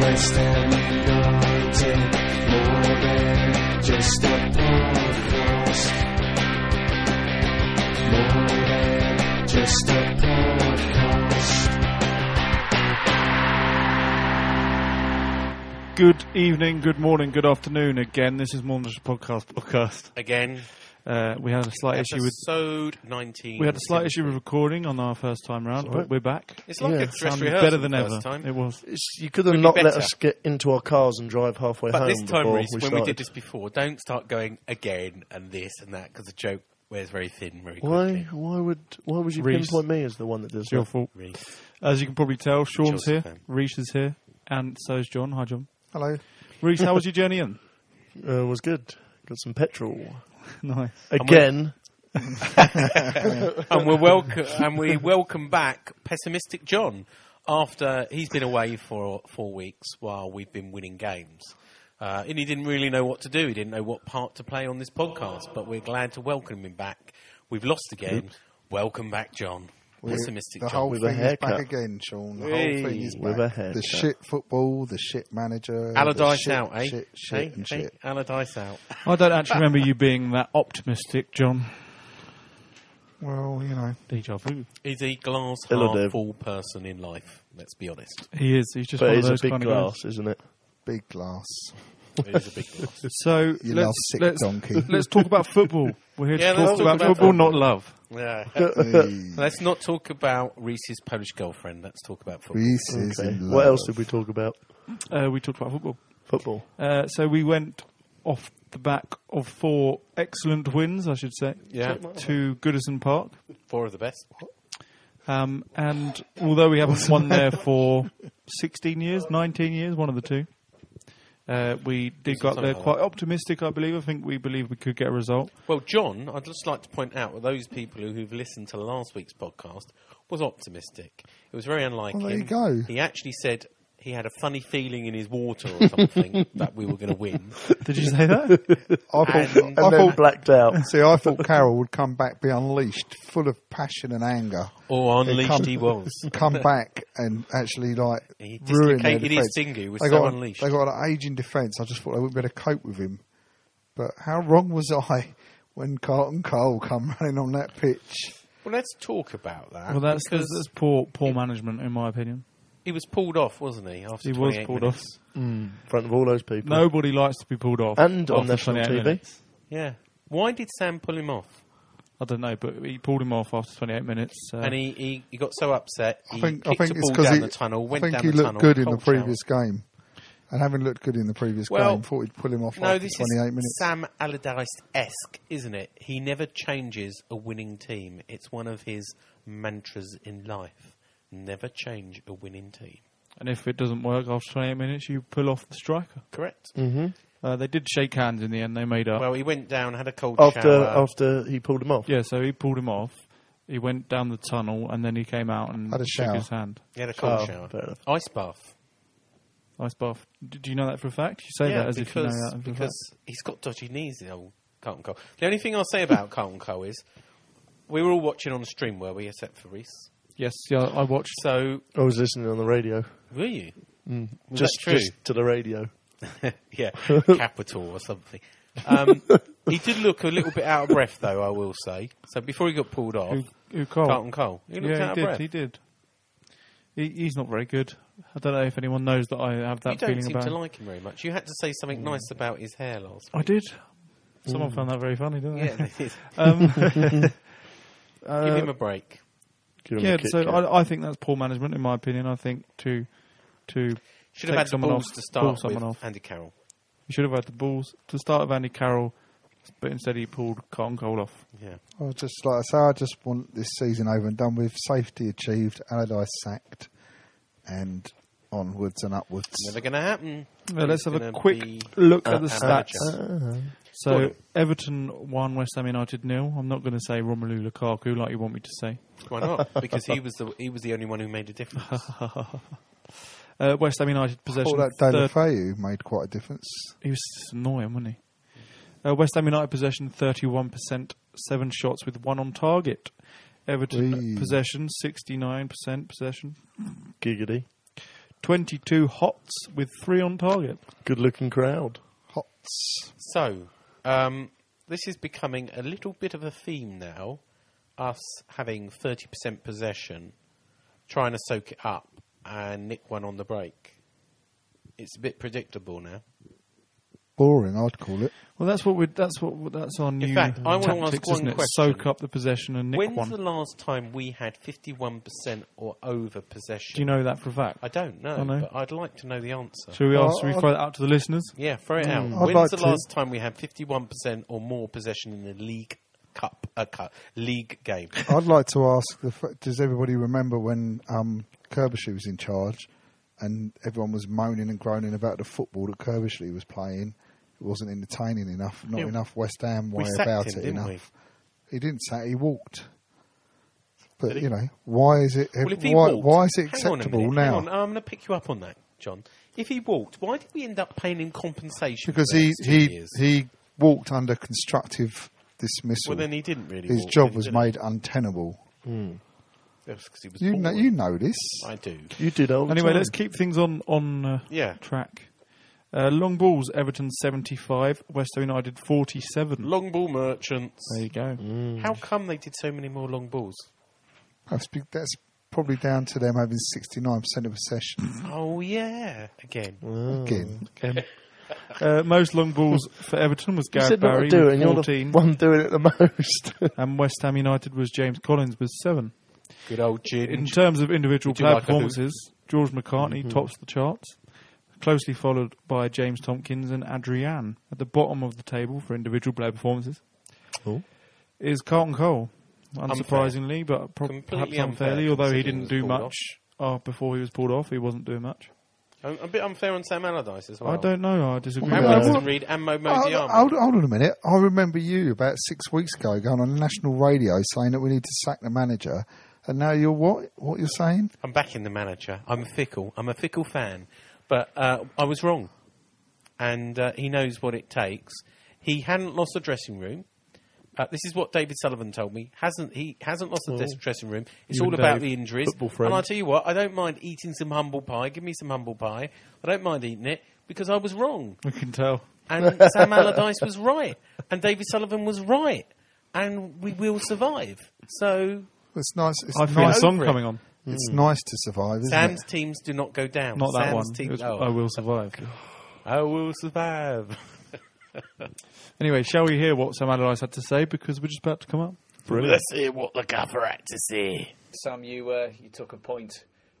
West Ham United, more than just a podcast. More than just a podcast. Good evening, good morning, good afternoon. Again, this is Morning's podcast. Podcast. again. Uh, we had a slight issue with episode 19. we had a slight issue with recording on our first time round, but we're back. It's like Yeah. a dress Sounded rehearsal better than the ever. first time. It was. It's, you could have Would be not let better. us get into our cars and drive halfway But home. this time, before Reece, we when we did started. this before, don't start going again and this and that because the joke wears very thin very why? quickly. Why would? Why would you Reece. pinpoint me as the one that does It's your that? fault. Reece. As you can probably tell, Sean's Chelsea here, fan. Reese is here, and so is John. Hi, John. Hello. Reese, how was your journey in? Uh, was good. Got some petrol nice. again. and we're welcome. and we welcome back pessimistic John after he's been away for four weeks while we've been winning games. Uh, and he didn't really know what to do. He didn't know what part to play on this podcast. But we're glad to welcome him back. We've lost again. Welcome back, John. Pessimistic the John. whole With a thing is back haircut. again, Sean. The Hey, whole thing is with back. a haircut. the shit football, the shit manager, the Allardyce shit, out, eh? Shit, shit, Eh? and Eh? shit. Allardyce out. I don't actually remember you being that optimistic, John. Well, you know, Deja vu. He's a glass Hello, Dave. half full person in life. Let's be honest. He is. He's just But one of it's a those big kind of glass, guys. isn't it? big glass. It is a big glass. So You let's, love sick let's, donkey. let's talk about football. We're here Yeah, to let's talk, about, football, not love. Yeah. Hey, Let's not talk about Reese's Polish girlfriend. Let's talk about football. Reese is Okay. in love. What else did we talk about? Uh, we talked about football. Football. Uh, so we went off the back of four excellent wins, I should say, Yeah. to Goodison Park. Four of the best. Um, and although we haven't won there for 16 years, 19 years, one of the two, uh, we did go up there Something like quite that. optimistic, I believe. I think we believe we could get a result. Well, John, I'd just like to point out that those people who- who've listened to last week's podcast was optimistic. It was very unlike Well, there him. you go. He actually said he had a funny feeling in his water or something that we were going to win. Did you say that? I thought, And- I I thought blacked out. See, I thought Carol would come back, be unleashed, full of passion and anger. Or They unleashed come- he was. Come back and actually like He ruin their dislocated his defence. finger. He was they so got, unleashed. They got an aging defence. I just thought they wouldn't be able to cope with him. But how wrong was I when Carlton Cole come running on that pitch? Well, let's talk about that. well, that's, that's, because that's poor, poor management, in my opinion. he was pulled off, wasn't he? After He was 28 pulled minutes? off. Mm. In front of all those people. Nobody likes to be pulled off. And on after national 28 TV. minutes. Yeah. Why did Sam pull him off? I don't know, but he pulled him off after 28 minutes. Uh, And he, he, he got so upset. He I think I kicked think a it's ball because down he, the tunnel. Went I think down he the looked tunnel, good in the cold previous game, and having looked good in the previous Well, game, thought he'd pull him off shower. No, after this 28 is minutes. Sam Allardyce-esque, isn't it? He never changes a winning team. It's one of his mantras in life. Never change a winning team. And if it doesn't work after 28 minutes, you pull off the striker. Correct. Mm-hmm. Uh, they did shake hands in the end. They made up. Well, he went down, had a cold After shower. after he pulled him off. yeah, so he pulled him off. He went down the tunnel and then he came out and Had a shook shower. his hand. he had a cold Oh, shower. fair enough. Ice bath. Ice bath. D- Do you know that for a fact? You say that as if you know that for a fact. because he's got dodgy knees, the old Carlton Cole. The only thing I'll say about Carlton Cole is we were all watching on stream, were we, except for Reese? Yes, yeah, I watched. So, I was listening on the radio. were you? Mm. Was just, that true? just Mm. to the radio. yeah, capital or something. Um, he did look a little bit out of breath, though. I will say. So before he got pulled off, Who, who Cole? Carlton Cole, he looked out yeah, he of did. breath. He did. He, he's not very good. I don't know if anyone knows that I have that you don't feeling seem about. to him. like him very much. You had to say something nice about his hair last. I did. Someone found that very funny, didn't they? Yeah, they did. Um, uh, give him a break. Give him a yeah. Kit So Kat. I, I think that's poor management, in my opinion. I think to to Should take have had the someone balls to off, pull start someone with off. Andy Carroll. He should have had the balls to start with Andy Carroll, but instead he pulled Carlton Cole off. Yeah, I just like I say, I just want this season over and done with. Safety achieved, Allardyce sacked, and onwards and upwards. never going to happen. Well, let's He's have a gonna quick be look at an the amateur. stats. Uh-huh. So Everton won, West Ham United nil. I'm not going to say Romelu Lukaku like you want me to say. Why not? Because he was the he was the only one who made a difference. Uh, West Ham United possession. All that thir- David Fayu made quite a difference. he was just annoying, wasn't he? Uh, West Ham United possession 31%, seven shots with one on target. Everton Whee. possession 69% possession, Giggity. 22 hots with three on target. Good looking crowd. Hots. So, um, this is becoming a little bit of a theme now. Us having 30% possession, trying to soak it up, and nick one on the break. It's a bit predictable now. Boring, I'd call it. Well, that's what we that's what that's our new fact, I wanna ask tactics, one isn't it? question. Soak up the possession and nick When's one. the last time we had 51% or over possession? Do you know that for a fact? I don't know, I know. but I'd like to know the answer. Should we Well, Mm. ask? Should we I- throw that out to the listeners? Yeah, throw it out. I'd When's like the to. last time we had 51% or more possession in the League Cup, uh, cup League game? I'd like to ask: the, f- Does everybody remember when um, Kerbishley was in charge, and everyone was moaning and groaning about the football that Kerbishley was playing? It wasn't entertaining enough. Not Yeah. enough West Ham We way sacked about him, it didn't enough. we? He didn't say he walked. But Did he? you know why is it Well, if he why, walked, why is it hang on a acceptable minute, now? Hang on, I'm going to pick you up on that, John. If he walked, why did we end up paying him compensation? Because for the he next two he years? he walked under constructive dismissal. well, then he didn't really. His walk, job did was he? made untenable. That's 'cause he was Hmm. You know, bored. you know this. I do. You did all the Anyway, time. let's keep things on on uh, Yeah. track. Uh, long balls, Everton 75, West Ham United 47. Long ball merchants. There you go. Hmm. How come they did so many more long balls? That's, be- that's probably down to them having 69% of possession Oh yeah, again. Mm. again. Uh, most long balls for Everton was You Gareth said not Barry to do it, with and you're 14, the one doing it the most. and West Ham United was James Collins with 7. Good old Jin. In terms of individual Would you player like a hoop? Mm-hmm. performances, George McCartney tops the charts, closely followed by James Tompkins and Adrian. At the bottom of the table for individual player performances Oh. is Carlton Cole, unsurprisingly, but pro- Completely perhaps unfairly, unfair, although he considering didn't he do was pulled much uh, before he was pulled off. He wasn't doing much. a, a bit unfair on Sam Allardyce as well. I don't know. I disagree. How with Yeah. that. Winston Reid and Mo Mo Hold, Diarra. hold, hold on a minute. I remember you about six weeks ago going on national radio saying that we need to sack the manager. And now you're what? What you're saying? I'm backing the manager. I'm fickle. I'm a fickle fan. But uh, I was wrong. And uh, he knows what it takes. He hadn't lost the dressing room. Uh, this is what David Sullivan told me. Hasn't he? Hasn't lost the dress- dressing room. It's You all and about Dave, the injuries. football friends. And I tell you what, I don't mind eating some humble pie. Give me some humble pie. I don't mind eating it because I was wrong, We can tell. and Sam Allardyce was right, and David Sullivan was right, and we will survive. So It's nice. It's I feel a nice. song over it. coming on. Hmm. It's nice to survive, isn't Sam's it? teams do not go down. Not that Sam's one. team- It was, oh. I will survive. I will survive. Anyway, shall we hear what Sam Allardyce had to say because we're just about to come up? Brilliant. see what the cover actor see. Sam, you uh, you took a point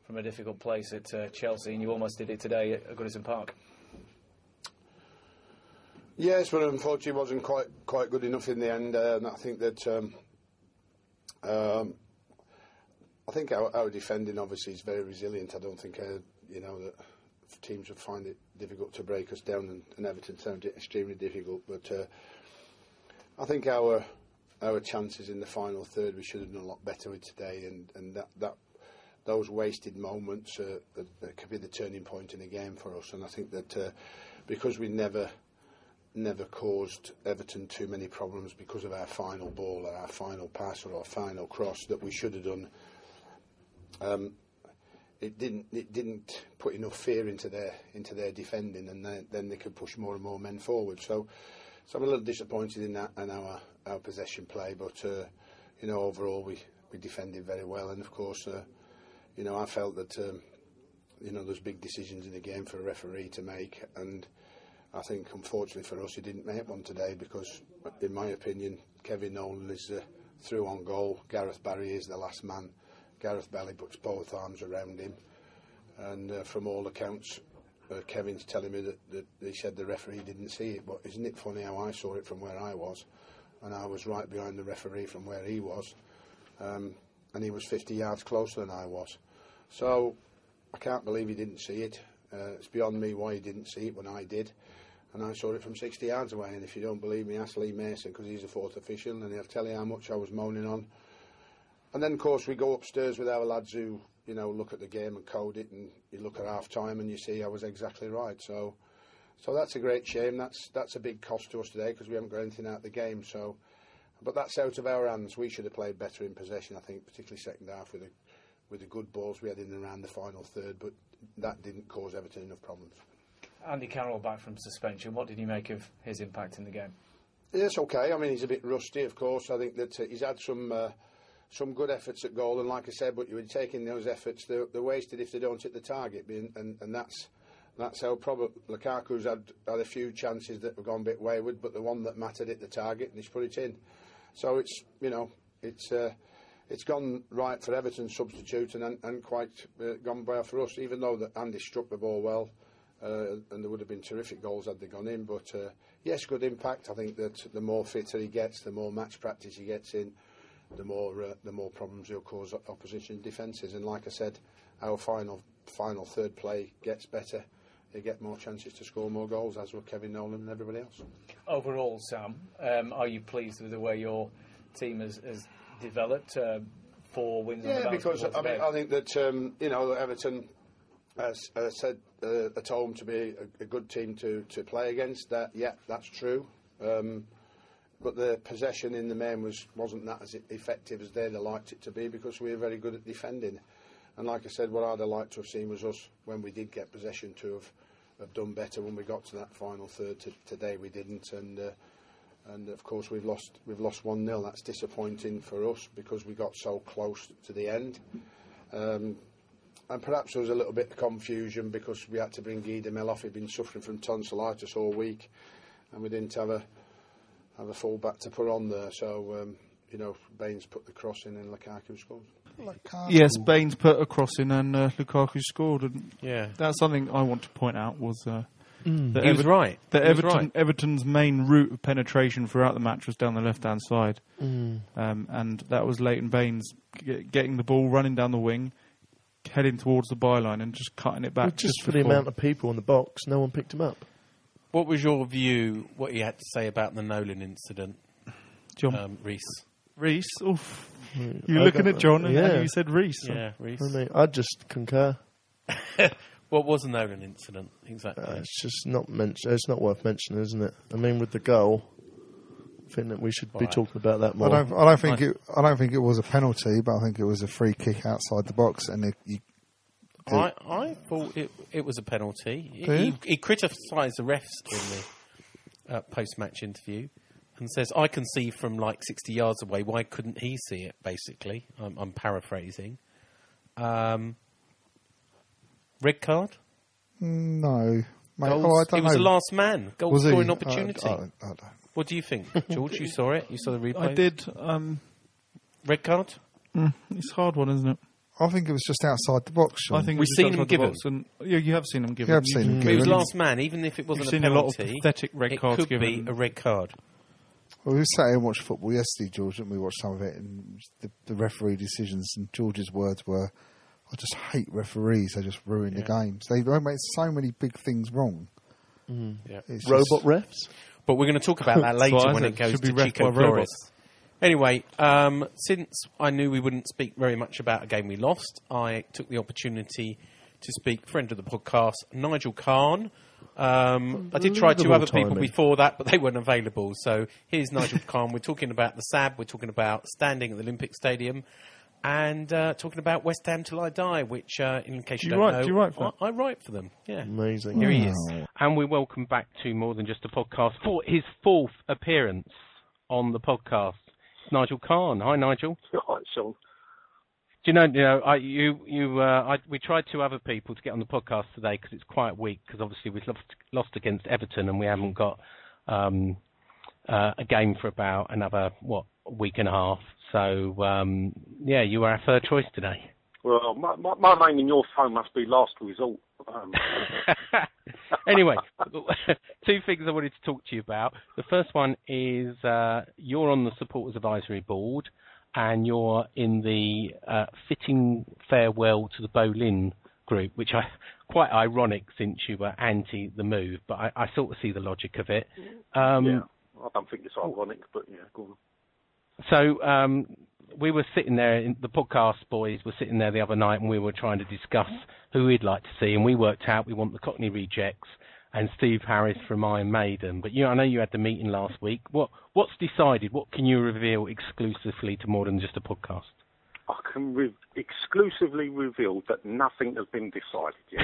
from a difficult place at uh, Chelsea, and you almost did it today at Goodison Park. Yes, well, unfortunately, it wasn't quite quite good enough in the end, uh, and I think that um, um, I think our, our defending obviously is very resilient. I don't think uh, you know that teams would find it difficult to break us down, and, and Everton found it extremely difficult. But uh, I think our our chances in the final third we should have done a lot better with today, and, and that, that those wasted moments uh, that, that could be the turning point in the game for us. And I think that uh, because we never never caused Everton too many problems because of our final ball or our final pass or our final cross that we should have done. Um, it didn't. It didn't put enough fear into their into their defending, and then, then they could push more and more men forward. So, so I'm a little disappointed in that and our our possession play, but uh, you know overall we we defended very well, and of course, uh, you know I felt that um, you know there's big decisions in the game for a referee to make, and I think unfortunately for us he didn't make one today because, in my opinion, Kevin Nolan is uh, through on goal. Gareth Barry is the last man. Gareth Barry puts both arms around him, and uh, from all accounts, uh, Kevin's telling me that, that he said the referee didn't see it. But isn't it funny how I saw it from where I was, and I was right behind the referee from where he was, um, and he was 50 yards closer than I was. So I can't believe he didn't see it. Uh, it's beyond me why he didn't see it when I did. And I saw it from 60 yards away. And if you don't believe me, ask Lee Mason because he's a fourth official and he'll tell you how much I was moaning on. And then, of course, we go upstairs with our lads who, you know, look at the game and code it. And you look at half time and you see I was exactly right. So, so that's a great shame. That's that's a big cost to us today because we haven't got anything out of the game. So, but that's out of our hands. We should have played better in possession, I think, particularly second half with the with the good balls we had in and around the final third. But that didn't cause Everton enough problems. Andy Carroll back from suspension. What did you make of his impact in the game? It's okay. I mean, he's a bit rusty, of course. I think that uh, he's had some uh, some good efforts at goal, and like I said, but you were taking those efforts, they're, they're wasted if they don't hit the target, being, and, and that's that's how probably Lukaku's had, had a few chances that have gone a bit wayward, but the one that mattered hit the target and he's put it in. So it's you know it's. Uh, it's gone right for Everton substitute and, and, and quite uh, gone well for us, even though that Andy struck the ball well. Uh, and there would have been terrific goals had they gone in. But uh, yes, good impact. I think that the more fitter he gets, the more match practice he gets in, the more uh, the more problems he'll cause o- opposition defences. And like I said, our final final third play gets better. They get more chances to score more goals, as will Kevin Nolan and everybody else. Overall, Sam, um, are you pleased with the way your team has, has developed? Uh, four wins on the Yeah, bounce because before I mean, today. I think that um, you know that Everton has uh, said uh, at home to be a, a good team to, to play against. That yeah, that's true. Um, but the possession in the main was wasn't that as effective as they'd have liked it to be because we were very good at defending. And like I said, what I'd have liked to have seen was us when we did get possession to have, have done better when we got to that final third. To, today we didn't, and uh, and of course we've lost we've lost one 0 That's disappointing for us because we got so close to the end. Um, and perhaps there was a little bit of confusion because we had to bring Guy Mel off. He'd been suffering from tonsillitis all week, and we didn't have a have a full back to put on there. So um, you know, Baines put the cross in, and Lukaku scored. Lukaku. Yes, Baines put a cross in and uh, Lukaku scored. And Yeah. Mm. that's something I want to point out was uh, that, He was Ever- right. that He was Everton, right. Everton's main route of penetration throughout the match was down the left hand side, Mm. um, and that was Leighton Baines g- getting the ball, running down the wing, heading towards the byline, and just cutting it back. But just for the before. amount of people in the box, no one picked him up. What was your view, what you had to say about the Nolan incident, John um, Reese? Reese, oof. you I were looking got at John and, that. and Yeah. you said Reese. Reese. I mean, I just concur. What was the Nolan incident exactly? Uh, it's just not mention. It's not worth mentioning, isn't it? I mean, with the goal, I think that we should be Right. talking about that I more. don't. I don't think it. I don't think it was a penalty, but I think it was a free kick outside the box, and it, you, I, I thought it, it was a penalty. He- He, he criticised the refs in the uh, post match interview and says, I can see from like 60 yards away. Why couldn't he see it, basically? I'm, I'm paraphrasing. Um, red card? no. Mate, Goals? oh, I he don't was know. the last man. Goal Was he? scoring I- opportunity. I, don't- I don't- What do you think, George? you saw it? You saw the replay? I did. Um, Red card? Hmm, it's a hard one, isn't it? I think it was just outside the box. Sean. I think We've it's seen outside him the given. box And, yeah, you have seen him given. You have seen him Mm. He was given. last man, even if it wasn't You've seen a a lot of penalty. pathetic red it cards could given. be a red card. Well, we sat here and watched football yesterday, George, and we watched some of it, and the, the referee decisions and George's words were, "I just hate referees. They just ruin the games. They, they make so many big things wrong." Yeah. It's Robot just- refs. But we're going to talk about that That's later what I when said. it goes Should be to ref Chico by robots. Flores. Anyway, um, since I knew we wouldn't speak very much about a game we lost, I took the opportunity to speak friend of the podcast, Nigel Kahn, Um, I did try two Unbelievable other people timing. before that, but they weren't available. So here's Nigel Khan. We're talking about the SAB. We're talking about standing at the Olympic Stadium, and uh, talking about West Ham till I die. Which, uh, in case you Do you don't write- know, do you write for I, I write for them. Yeah, Amazing. Here he is. And we welcome back to More Than Just a Podcast for his fourth appearance on the podcast. It's Nigel Khan. Hi, Nigel. Right, Sean. Do you know, you know, I, you, you, uh, I, we tried two other people to get on the podcast today because it's quite weak because obviously we've lost, lost against Everton and we haven't got um, uh, a game for about another, what, week and a half. So, um, yeah, you were our third choice today. Well, my, my, my name in your phone must be last resort. Um, anyway, two things I wanted to talk to you about. The first one is uh, you're on the Supporters Advisory Board and you're in the uh, fitting farewell to the Bolin group, which I quite ironic since you were anti the move, but I, I sort of see the logic of it. Um, yeah, I don't think it's ironic, but yeah, go on. so um, we were sitting there, in, the podcast boys were sitting there the other night, and we were trying to discuss who we'd like to see, and we worked out we want the Cockney Rejects and Steve Harris from Iron Maiden. But you, I know you had the meeting last week. What what's decided? What can you reveal exclusively to more than just a podcast? I can re- exclusively reveal that nothing has been decided yet.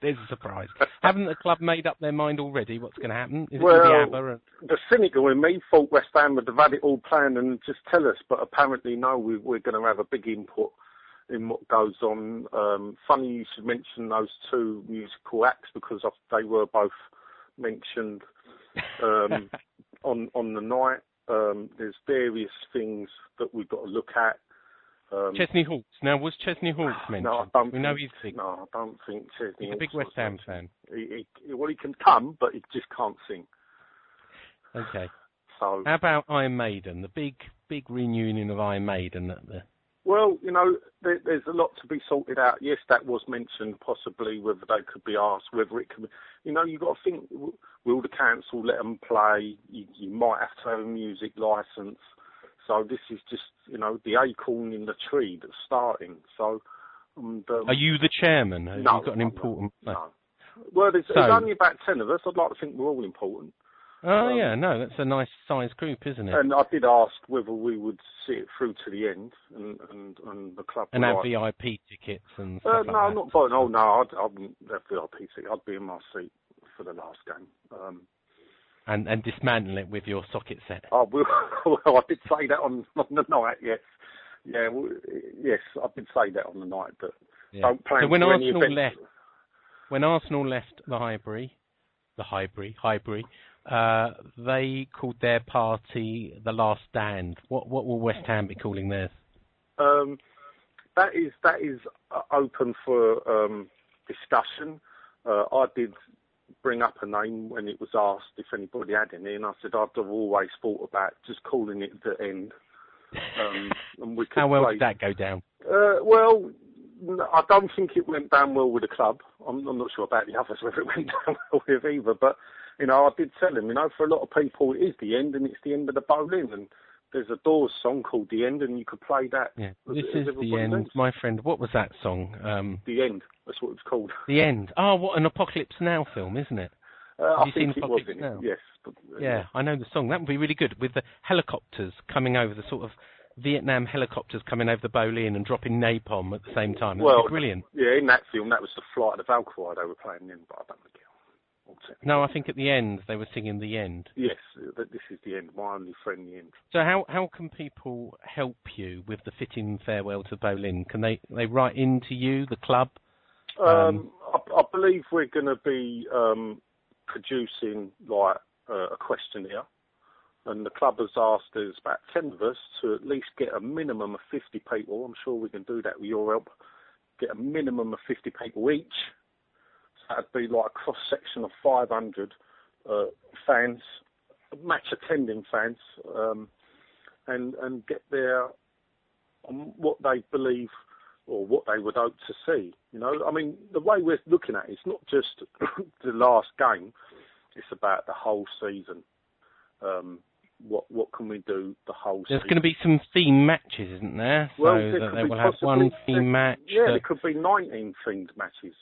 There's a surprise. Haven't the club made up their mind already? What's going to happen? Is it Well- going to be ABBA? And, the cynical in me thought West Ham would have had it all planned and just tell us, but apparently no, we, we're going to have a big input in what goes on. Um, funny you should mention those two musical acts because of, they were both mentioned um, on on the night. Um, there's various things that we've got to look at. Um, Chesney Hawkes. Now, was Chesney Hawkes mentioned? no, I don't. we know think, he's big. No, I don't think Chesney. He's a big Hawkes West was Ham mentioned. fan. He, he, well, he can come, but he just can't sing. Okay. So How about Iron Maiden, the big big reunion of Iron Maiden at the Well, you know, there, there's a lot to be sorted out. Yes, that was mentioned, possibly whether they could be asked, whether it can. Be, you know, you've got to think: w- will the council let them play? You, you might have to have a music license. So this is just, you know, the acorn in the tree that's starting. So, and, um, Are you the chairman? Have No, you got an I'm important not. No. Well, there's, there's So- only about ten of us. I'd like to think we're all important. Oh Um, yeah, no, that's a nice size group, isn't it? And I did ask whether we would see it through to the end, and and, and the club. and were have like, VIP tickets and Uh, stuff no, like that. not voting. Oh no, I'd, I wouldn't have VIP seat. I'd be in my seat for the last game. Um, And and dismantle it with your socket set. I will. well, I did say that on, on the night. Yes, yeah, well, yes, I did say that on the night. But Yeah. don't plan So when for any Arsenal event. left when Arsenal left the Highbury the Highbury, Highbury, uh, they called their party the last stand. What what will West Ham be calling theirs? Um, that is that is uh, open for um, discussion. Uh, I did bring up a name when it was asked if anybody had any, and I said I'd have always thought about just calling it the end. Um, and we could How well play- did that go down? Uh, well, n- I don't think it went down well with the club. I'm, I'm not sure about the others whether it went down well with either. But you know, I did tell him. You know, for a lot of people, it is the end, and it's the end of the bowling. And there's a Doors song called "The End," and you could play that. Yeah. as- This as is the everybody end, knows. my friend. What was that song? Um, The end. That's what it's called. The end. Oh, what an Apocalypse Now film, isn't it? Uh, Have I you seen think it was Apocalypse in Now? it. Yes. But, uh, Yeah, I know the song. That would be really good with the helicopters coming over, the sort of Vietnam helicopters coming over the Bolin and dropping napalm at the same time. That would Well, be brilliant. Yeah, in that film, that was the Flight of the Valkyrie they were playing in, but I don't think it. I'll check. No, I think at the end they were singing The End. Yes, th- this is the end. My only friend, the end. So how how can people help you with the fitting farewell to Bolin? Can they they write into you, the club? Um, I, I believe we're going to be um, producing like uh, a questionnaire, and the club has asked us about ten of us to at least get a minimum of fifty people. I'm sure we can do that with your help. Get a minimum of fifty people each. So that'd be like a cross section of 500 uh, fans, match attending fans, um, and and get their on what they believe or what they would hope to see. You know, I mean, the way we're looking at it, it's not just the last game; it's about the whole season. Um, what what can we do the whole There's season? going to be some theme matches, isn't there? well, so there that could they be will have possibly- one there- theme match. Yeah, that- there could be 19 themed matches.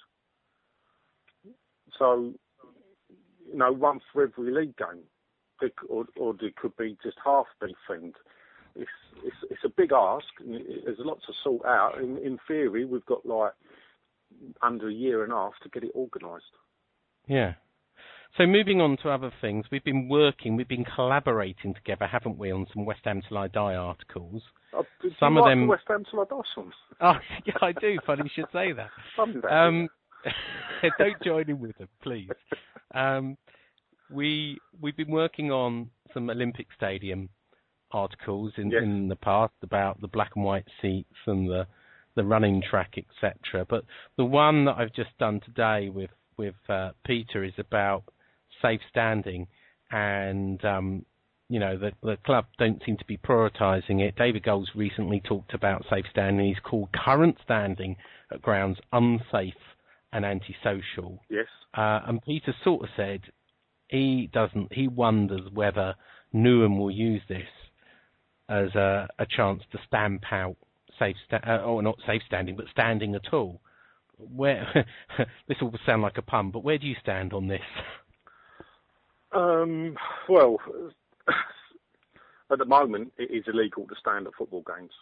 So, you know, one for every league game, Bec- or, or there could be just half defend. It's, it's it's a big ask. and it- it- There's a lot to sort out. In, in theory, we've got like under a year and a half to get it organised. Yeah. So moving on to other things, we've been working, we've been collaborating together, haven't we, on some West Ham Till I Die articles. Uh, do you Some of like them- the West Ham till I die songs? Oh, yeah, I do. Funny you should say that. Love that. Um, don't join in with them, please. Um, we we've been working on some Olympic Stadium articles in, in the past about the black and white seats and the the running track, etc. But the one that I've just done today with with uh, Peter is about safe standing, and um, you know the the club don't seem to be prioritising it. David Goals recently talked about safe standing. He's called current standing at grounds unsafe and antisocial. Yes. Uh, and Peter sort of said he doesn't. He wonders whether Newham will use this as a, a chance to stamp out safe, sta- uh, or not safe standing, but standing at all. Where this will sound like a pun, but where do you stand on this? Um, well, at the moment, it is illegal to stand at football games.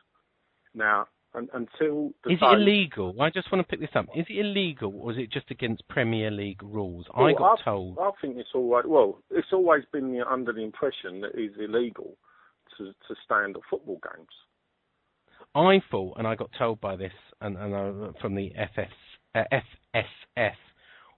Now, un until the Is day- it illegal? I just want to pick this up. Is it illegal, or is it just against Premier League rules? I Well, got I, told. I think it's all right. Well, it's always been the, under the impression that it's illegal to, to stand at football games. I thought, and I got told by this, and, and I, from the FS, uh, FSF,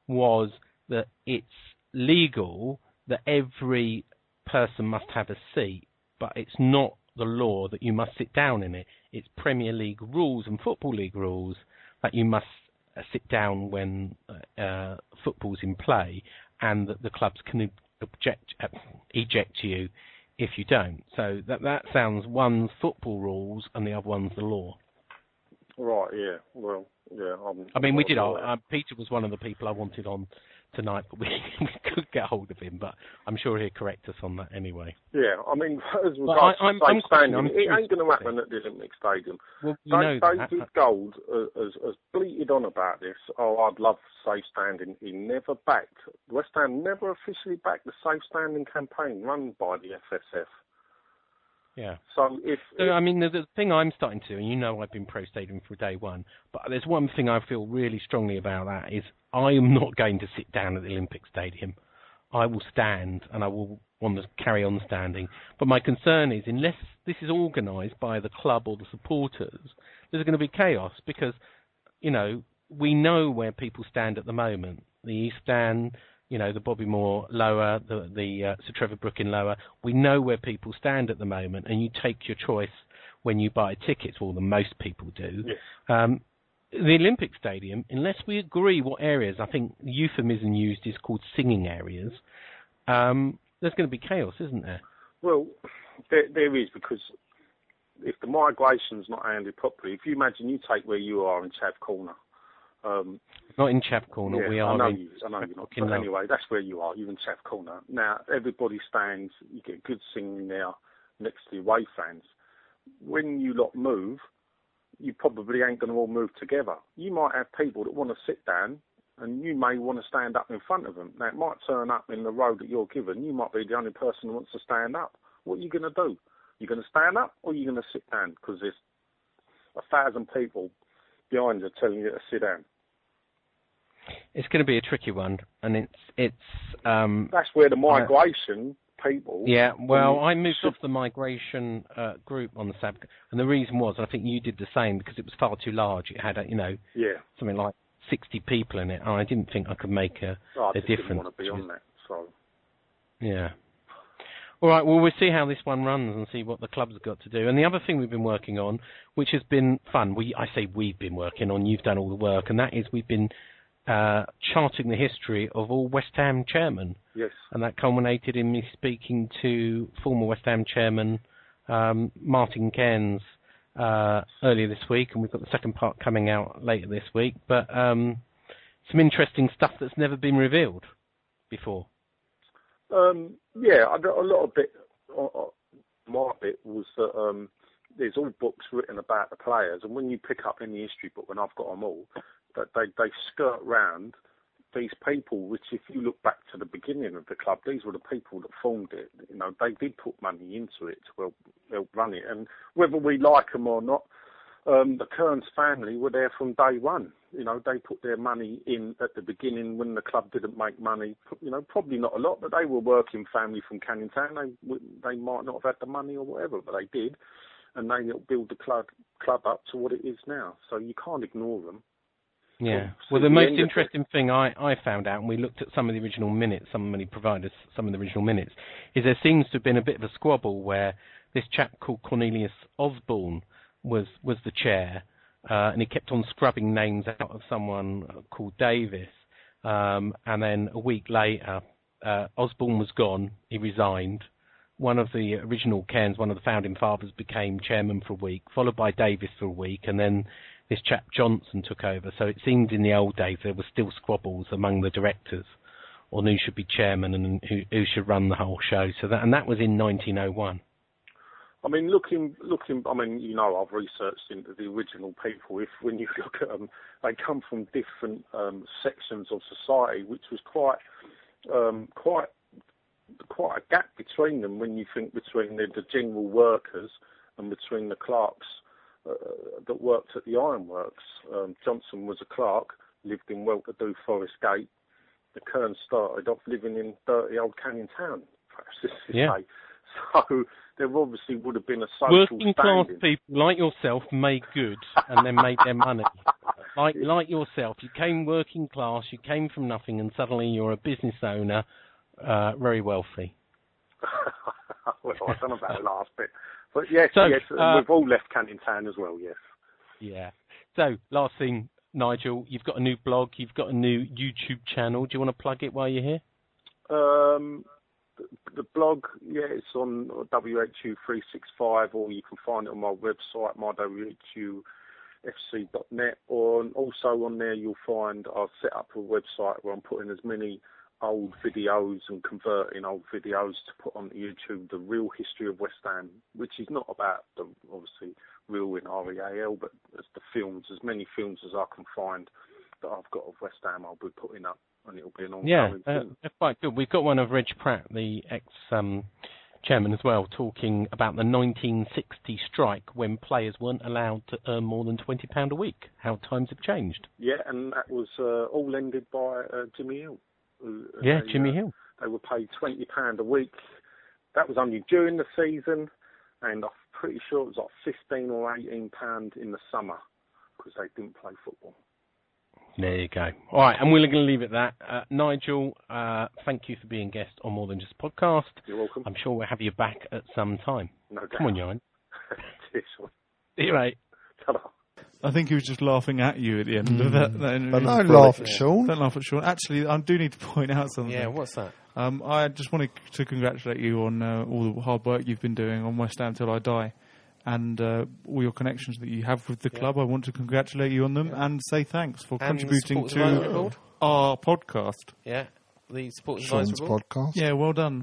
was that it's legal that every person must have a seat, but it's not the law that you must sit down in it. It's Premier League rules and Football League rules that you must uh, sit down when uh, uh, football's in play, and that the clubs can ob- object, uh, eject you if you don't. So that that sounds one's football rules and the other one's the law. Right? Yeah. Well, yeah. I'm, I mean, we I'm did. not Our, aware. uh, Peter was one of the people I wanted on tonight, but we, we could get hold of him. But I'm sure he'll correct us on that anyway. Yeah, I mean, as Well, regards I- I'm- to safe I'm questioning- standing, I'm it curious ain't going to happen at the Olympic Stadium. Well, we Da- know that. David Gold uh, has, has bleated on about this. Oh, I'd love safe standing. He never backed West Ham. Never officially backed the safe standing campaign run by the FSF. Yeah. So if So, I mean, the, the thing I'm starting to do, and you know I've been pro stadium for day one, but there's one thing I feel really strongly about that is I am not going to sit down at the Olympic Stadium. I will stand and I will want to carry on standing. But my concern is, unless this is organised by the club or the supporters, there's going to be chaos because, you know, we know where people stand at the moment. The East Stand, you know, the Bobby Moore lower, the, the uh, Sir Trevor Brookin lower. We know where people stand at the moment, and you take your choice when you buy tickets, or the most people do. Um, the Olympic Stadium, unless we agree what areas, I think the euphemism used is called singing areas, um, there's going to be chaos, isn't there? Well, there, there is because if the migration's not handled properly, if you imagine you take where you are in Chav Corner, um, Not in Chap Corner, yeah, we I are know in you, I know you're not, fucking but love. anyway, that's where you are. You're in Chav Corner now. Everybody stands. You get good singing there next to the away fans. When you lot move, you probably ain't going to all move together. You might have people that want to sit down. And you may want to stand up in front of them. Now, it might turn up in the road that you're given. You might be the only person who wants to stand up. What are you going to do? You're going to stand up or you're going to sit down? Because there's a thousand people behind you telling you to sit down. It's going to be a tricky one, and it's it's um, That's where the I- migration people. Yeah, well, I moved should- off the migration uh, group on the SAB, and the reason was, and I think you did the same because it was far too large. It had, uh, you know, Yeah. something like 60 people in it, and I didn't think I could make a, Oh, I a just didn't difference. want to be on that. So Yeah. All right, well, we'll see how this one runs and see what the club's got to do. And the other thing we've been working on, which has been fun, we I say we've been working on, you've done all the work, and that is we've been uh, charting the history of all West Ham chairmen yes, and that culminated in me speaking to former West Ham chairman um, Martin Cairns uh, earlier this week, and we've got the second part coming out later this week. But um, some interesting stuff that's never been revealed before. um, yeah, I don't- a lot of bit, uh, uh, my bit was that um, there's all books written about the players, and when you pick up any history book, and I've got them all, that they they skirt round these people, which if you look back to the beginning of the club, these were the people that formed it. You know, they did put money into it to help, help run it. And whether we like them or not, um, the Kearns family were there from day one. You know, they put their money in at the beginning when the club didn't make money. You know, probably not a lot, but they were working family from Canning Town. They they might not have had the money or whatever, but they did, and they helped build the club club up to what it is now. So you can't ignore them. Yeah. Well, Well, the the most end of it- interesting thing I, I found out, and we looked at some of the original minutes, somebody provided us some of the original minutes, is there seems to have been a bit of a squabble where this chap called Cornelius Osborne was, was the chair, uh, and he kept on scrubbing names out of someone called Davis. Um, and then a week later, uh, Osborne was gone, he resigned. One of the original Cairns, one of the founding fathers, became chairman for a week, followed by Davis for a week, and then this chap Johnson took over. So it seems in the old days there were still squabbles among the directors on who should be chairman and who, who should run the whole show. So that and that was in 1901. I mean, looking, looking. I mean, you know, I've researched into the original people. If when you look at them, they come from different um, sections of society, which was quite, um, quite, quite a gap between them. When you think between the, the general workers and between the clerks uh, that worked at the ironworks, um, Johnson was a clerk, lived in well-to-do Forest Gate. The Kern started off living in dirty old Canning Town, perhaps this is Yeah. say. So there obviously would have been a social Working class standing. people like yourself made good and then made their money. Like like yourself, you came working class, you came from nothing, and suddenly you're a business owner, uh, very wealthy. well, I don't know about the last bit, but yes, So, yes, and uh, we've all left Canning Town as well. Yes, Yeah. So, last thing, Nigel, you've got a new blog, you've got a new YouTube channel. Do you want to plug it while you're here? um, the, the blog, yeah, it's on WHU365, or you can find it on my website, mywhufc.net, or and also on there you'll find I've set up a website where I'm putting as many old videos and converting old videos to put on YouTube, the real history of West Ham, which is not about the obviously real in REAL, but as the films, as many films as I can find that I've got of West Ham, I'll be putting up, and it'll be an ongoing Yeah, uh, thing. they're quite good. We've got one of Reg Pratt, the ex um, chairman, as well, talking about the 1960 strike when players weren't allowed to earn more than £20 a week. How times have changed. Yeah, and that was uh, all ended by uh, Jimmy Hill. who- yeah, they, Jimmy uh, Hill. They were paid twenty pound a week. That was only during the season, and I'm pretty sure it was like fifteen or eighteen pound in the summer because they didn't play football. There you go. All right, and we're going to leave it at that. Uh, Nigel, uh, thank you for being guest on More Than Just a Podcast. You're welcome. I'm sure we'll have you back at some time. No doubt. Come on, Johan. Cheers, Sean. See you, mate. I think he was just laughing at you at the end of Mm. that. that interview. don't laugh at Sean. Don't laugh at Sean. Actually, I do need to point out something. Yeah, what's that? Um, I just wanted to congratulate you on uh, all the hard work you've been doing on West Ham till I die, and uh, all your connections that you have with the club. I want to congratulate you on them and say thanks for And contributing Sports Advisory to Board. our podcast. Yeah, the sports Sean's advisory board. Yeah, well done.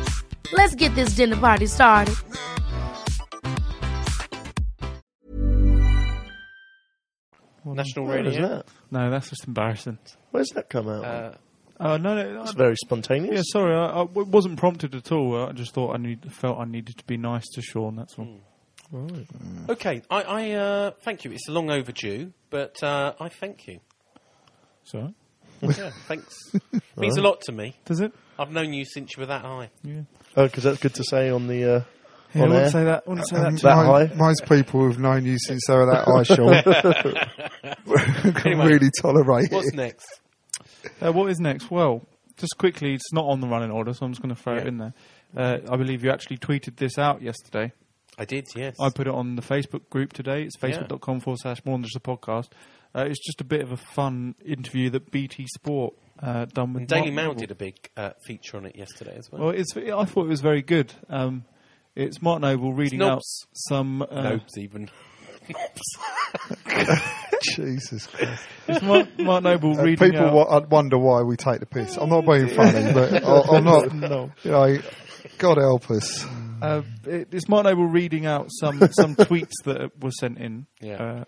Let's get this dinner party started. National Where Radio. is that? No, that's just embarrassing. Where's that come out? Oh no, no it's very spontaneous. Yeah, sorry, I, I w- wasn't prompted at all. I just thought I need, felt I needed to be nice to Sean. That's all. Hmm. Okay, I, I uh, thank you. It's long overdue, but uh, I thank you. So Yeah, thanks. means a Alright. lot to me. Does it? I've known you since you were that high. Yeah. Oh, because that's good to say on the. Uh, Yeah, I on wouldn't air. say that- wouldn't say Um, that high. mine- Mine's people who've known you since they were that high, Sean. Can Anyway, really tolerate it. next? Uh, what is next? Well, just quickly, it's not on the running order, so I'm just going to throw it in there. Uh, I believe you actually tweeted this out yesterday. I did, yes. I put it on the Facebook group today. It's Yeah. facebook.com forward slash more than just a podcast. Uh, it's just a bit of a fun interview that BT Sport uh, done with And Daily Mark Mail Noble. did a big uh, feature on it yesterday as well. Well, it's, I thought it was very good. Um, it's Mark Noble reading Snobs. out some. Uh, Nobes even. Jesus Christ. It's Mark, Mark Noble Uh, reading people out. wa- I'd wonder why we take the piss. I'm not being funny, but I, I'm not. No. You know, God help us. Uh, it, it's Mark Noble reading out some, some tweets that were sent in Yeah.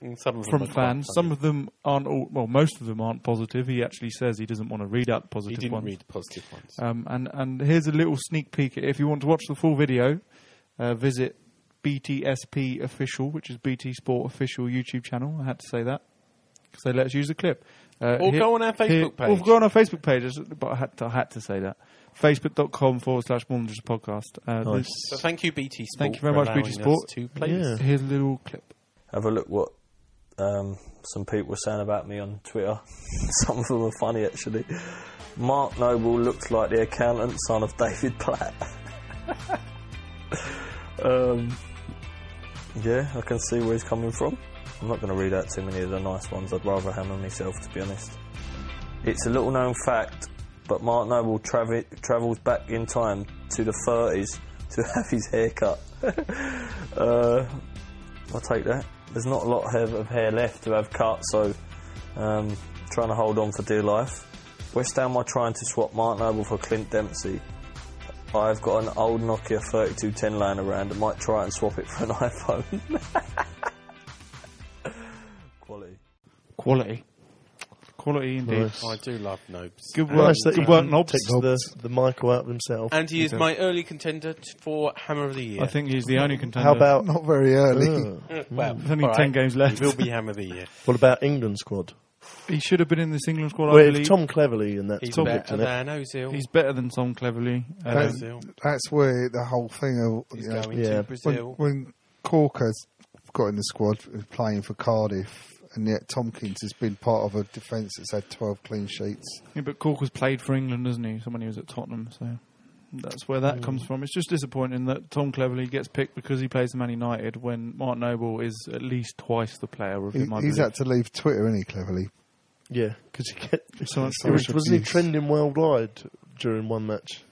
And some uh, of them from are quite fans. funny. Some of them aren't all, well, most of them aren't positive. He actually says he doesn't want to read out the He positive didn't ones. read the positive ones. Um, and, and here's a little sneak peek. If you want to watch the full video, uh, visit BTSP Official, which is BT Sport Official YouTube channel. I had to say that because they let us use the clip. Uh, Or go on our Facebook Or page. go on our Facebook page, That's- but I had to, I had to say that. Facebook.com forward slash More Than Just a podcast. Uh, Nice. this- So thank you, BT Sport, Thank you very for much, BT allowing us Sport. to play Yeah. this. Here's a little clip. Have a look what um, some people were saying about me on Twitter. some of them are funny actually. Mark Noble looks like the accountant son of David Platt. um, yeah, I can see where he's coming from. I'm not going to read out too many of the nice ones. I'd rather hammer myself, to be honest. It's a little known fact, but Mark Noble travi- travels back in time to the 30s to have his hair cut. uh, I'll take that. There's not a lot of of hair left to have cut, so um, trying to hold on for dear life. West Ham are trying to swap Mark Noble for Clint Dempsey. I've got an old Nokia 3210 lying around. I might try and swap it for an iPhone. Quality. Quality. Quality indeed. Nice. I do love Nobes. Good And- work. Um, Nice that Good he work, Nobs. takes the, the Michael out of himself. And he is my early contender t- for Hammer of the Year. I think he's the only contender. How about Oh. Not very early. Uh, well, There's only all 10 games left. He will be Hammer of the Year. What about England squad? He should have been in this England squad, I With believe. Tom Cleverley in that He's top, better isn't it? than Ozil. He's better than Tom Cleverley. Uh, That's, that's where the whole thing of He's you know, going to Yeah. Brazil. When, when Corker's got in the squad and playing for Cardiff, and yet Tompkins has been part of a defence that's had twelve clean sheets. Yeah, but Cork has played for England, hasn't he? Someone who was at Tottenham, so that's where Hmm. that comes from. It's just disappointing that Tom Cleverley gets picked because he plays for Man United when Mark Noble is at least twice the player of He, him. I he's believe. had to leave Twitter, isn't he? Cleverly, Yeah, because he get So much it was, social wasn't he abuse. trending worldwide during one match?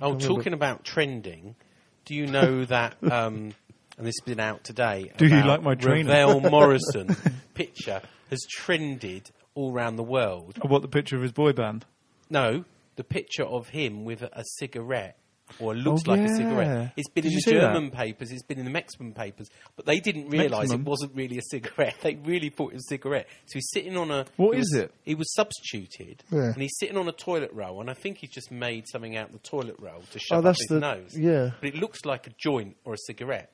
Oh, Can't remember. talking about trending, do you know that? Um, and this has been out today. Do you about like my trainer? Ravel Morrison picture has trended all around the world. Oh, What the picture of his boy band? No, the picture of him with a cigarette. Or looks Oh, like yeah. a cigarette. It's been Did you in see the that? German papers. It's been in the Mexican papers. But they didn't realise it Maximum? wasn't really a cigarette. They really thought it was a cigarette. So he's sitting on a. What he is was- it? He was substituted, Yeah. and he's sitting on a toilet roll. And I think he's just made something out of the toilet roll to show Oh, up that's his the- nose. yeah. But it looks like a joint or a cigarette.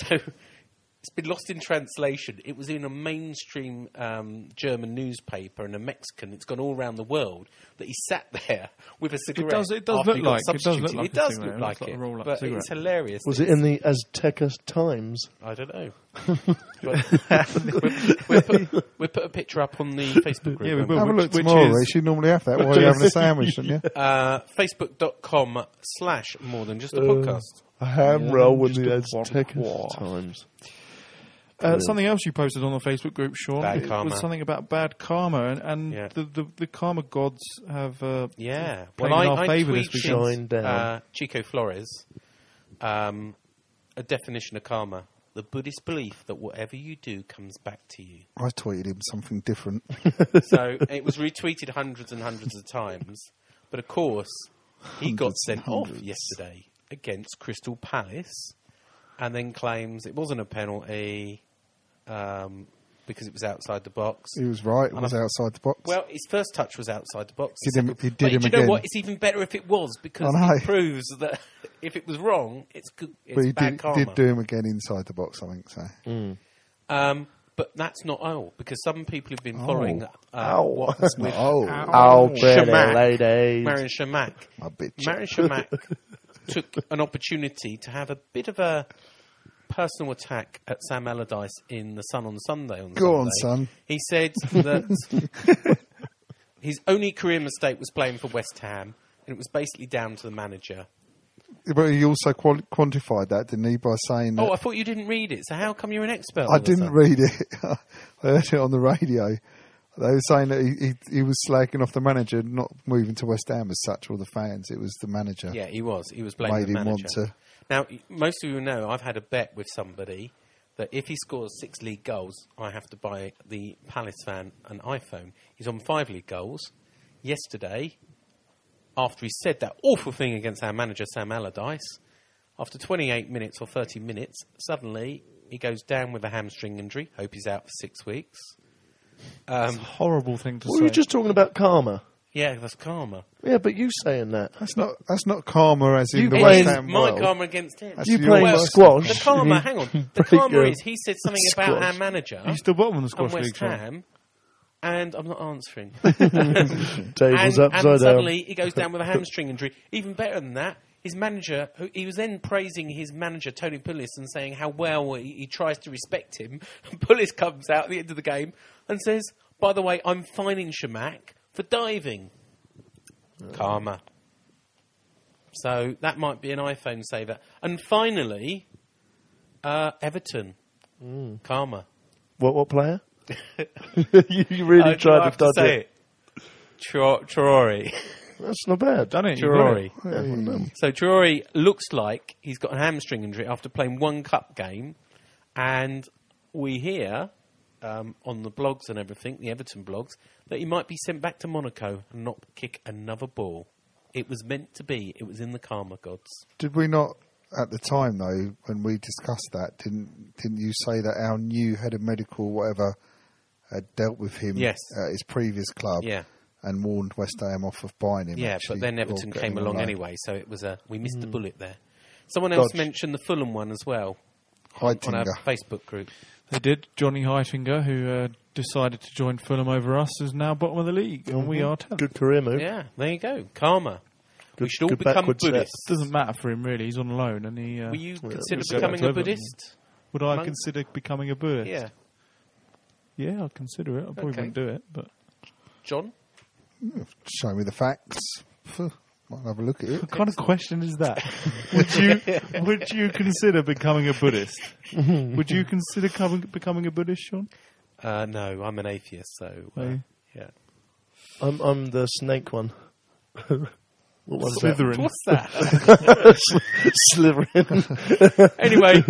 So It's been lost in translation. It was in a mainstream um, German newspaper and a Mexican. It's gone all around the world that he sat there with a cigarette. does- it does after look he got like- it does look substituted. like It a does cigarette. look It like looks like it, a roll-up but cigarette. it's hilarious. Was it in the Azteca Times? I don't know. But we'll, put, we'll put a picture up on the Facebook group. Yeah, we won't will. Have a look Which tomorrow, is- Rach. You normally have that while you're having a sandwich, don't you? Uh, Facebook.com slash more than just a Uh, podcast. A ham Yeah, roll in just the a Azteca Times. Uh, something else you posted on the Facebook group, Sean, Bad it karma. was something about bad karma, and, and the, the the karma gods have uh, Yeah. played Well, I, in our I favour this tweeted, weekend. Uh, Chico Flores, um, a definition of karma. The Buddhist belief that whatever you do comes back to you. I tweeted him something different. So it was retweeted hundreds and hundreds of times. But of course, he got Hundreds and sent off hundreds. yesterday against Crystal Palace and then claims it wasn't a penalty um, because it was outside the box. He was right. It And was I- outside the box. Well, his first touch was outside the box. Did him- he did But him do you again. know what? It's even better if it was because I know. it proves that if it was wrong, it's good. It's but he bad did, karma. did do him again inside the box, I think. So Mm. Um, but that's not all because some people have been Oh. following. Uh, Ow. what's That's not with ow. Ow, pretty Shamak, ladies. Marion Shamak. My bitch. Marion Shamak took an opportunity to have a bit of a personal attack at Sam Allardyce in the Sun on Sunday. On Go on, Sunday. son. He said that his only career mistake was playing for West Ham, and it was basically down to the manager. But he also qual- quantified that, didn't he, by saying that Oh, I thought you didn't read it. So how come you're an expert? I on this, didn't huh? read it. I heard it on the radio. They were saying that he, he, he was slagging off the manager, not moving to West Ham as such, or the fans. It was the manager. Yeah, he was. He was blaming Made the him manager. want to- Now, y- most of you know I've had a bet with somebody that if he scores six league goals, I have to buy the Palace fan an iPhone. He's on five league goals. Yesterday, after he said that awful thing against our manager Sam Allardyce, after 28 minutes or 30 minutes, suddenly he goes down with a hamstring injury. Hope he's out for six weeks. Um, horrible thing to What were you just talking about karma? yeah, that's karma. Yeah, but you saying that. That's not that's not karma as in You the play West in Ham My world. karma against him. That's You your play worst- squash. The karma, You hang on. need- The break karma your- is he said something about our manager. He's the bottom of the squash and West league, Sean. Ham, and I'm not answering. Tables and, upside down. and suddenly he goes down with a hamstring injury. Even better than that, his manager, who he was then praising his manager Tony Pulis and saying how well he, he tries to respect him. Pulis comes out at the end of the game and says, "By the way, I'm fining Shamak for diving." Oh. Karma. So that might be an iPhone saver. And finally, uh, Everton. Mm. Karma. What what player? you you really I do tried have to dodge say it. it. Tro- Traore. That's not bad. Done it. Traore. Yeah, um, So Traore looks like he's got a hamstring injury after playing one cup game, and we hear um, on the blogs and everything, the Everton blogs, that he might be sent back to Monaco and not kick another ball. It was meant to be. It was in the karma gods. Did we not at the time though when we discussed that? Didn't didn't you say that our new head of medical whatever had dealt with him Yes. at his previous club? Yeah. And warned West Ham off of buying him. Yeah, actually, but then or Everton getting came him along loaned. anyway, so it was a we missed Hmm. the bullet there. Someone else Dodged. mentioned the Fulham one as well on our Heitinger. Facebook group. They did. Johnny Heitinger, who uh, decided to join Fulham over us, is now bottom of the league, and we are tenth. Mm-hmm. Good career move. Yeah, there you go. Karma. we Good- should all good become backwards step. Buddhists. Doesn't matter for him really. He's on loan, and he. Uh, Will you yeah, consider he's becoming got a to Everton. Buddhist? Would I monk? consider becoming a Buddhist? Yeah. Yeah, I'd consider it. I probably Okay. wouldn't do it, but Hmm. John? Show me the facts. Phew, Might have a look at it. what kind of question is that? would you would you consider becoming a Buddhist? would you consider coming, becoming a Buddhist, Sean? Uh, no, I'm an atheist, so. Uh, Hey. yeah. I'm I'm the snake one. what one's Slytherin. What's that? that? Slytherin. anyway. uh,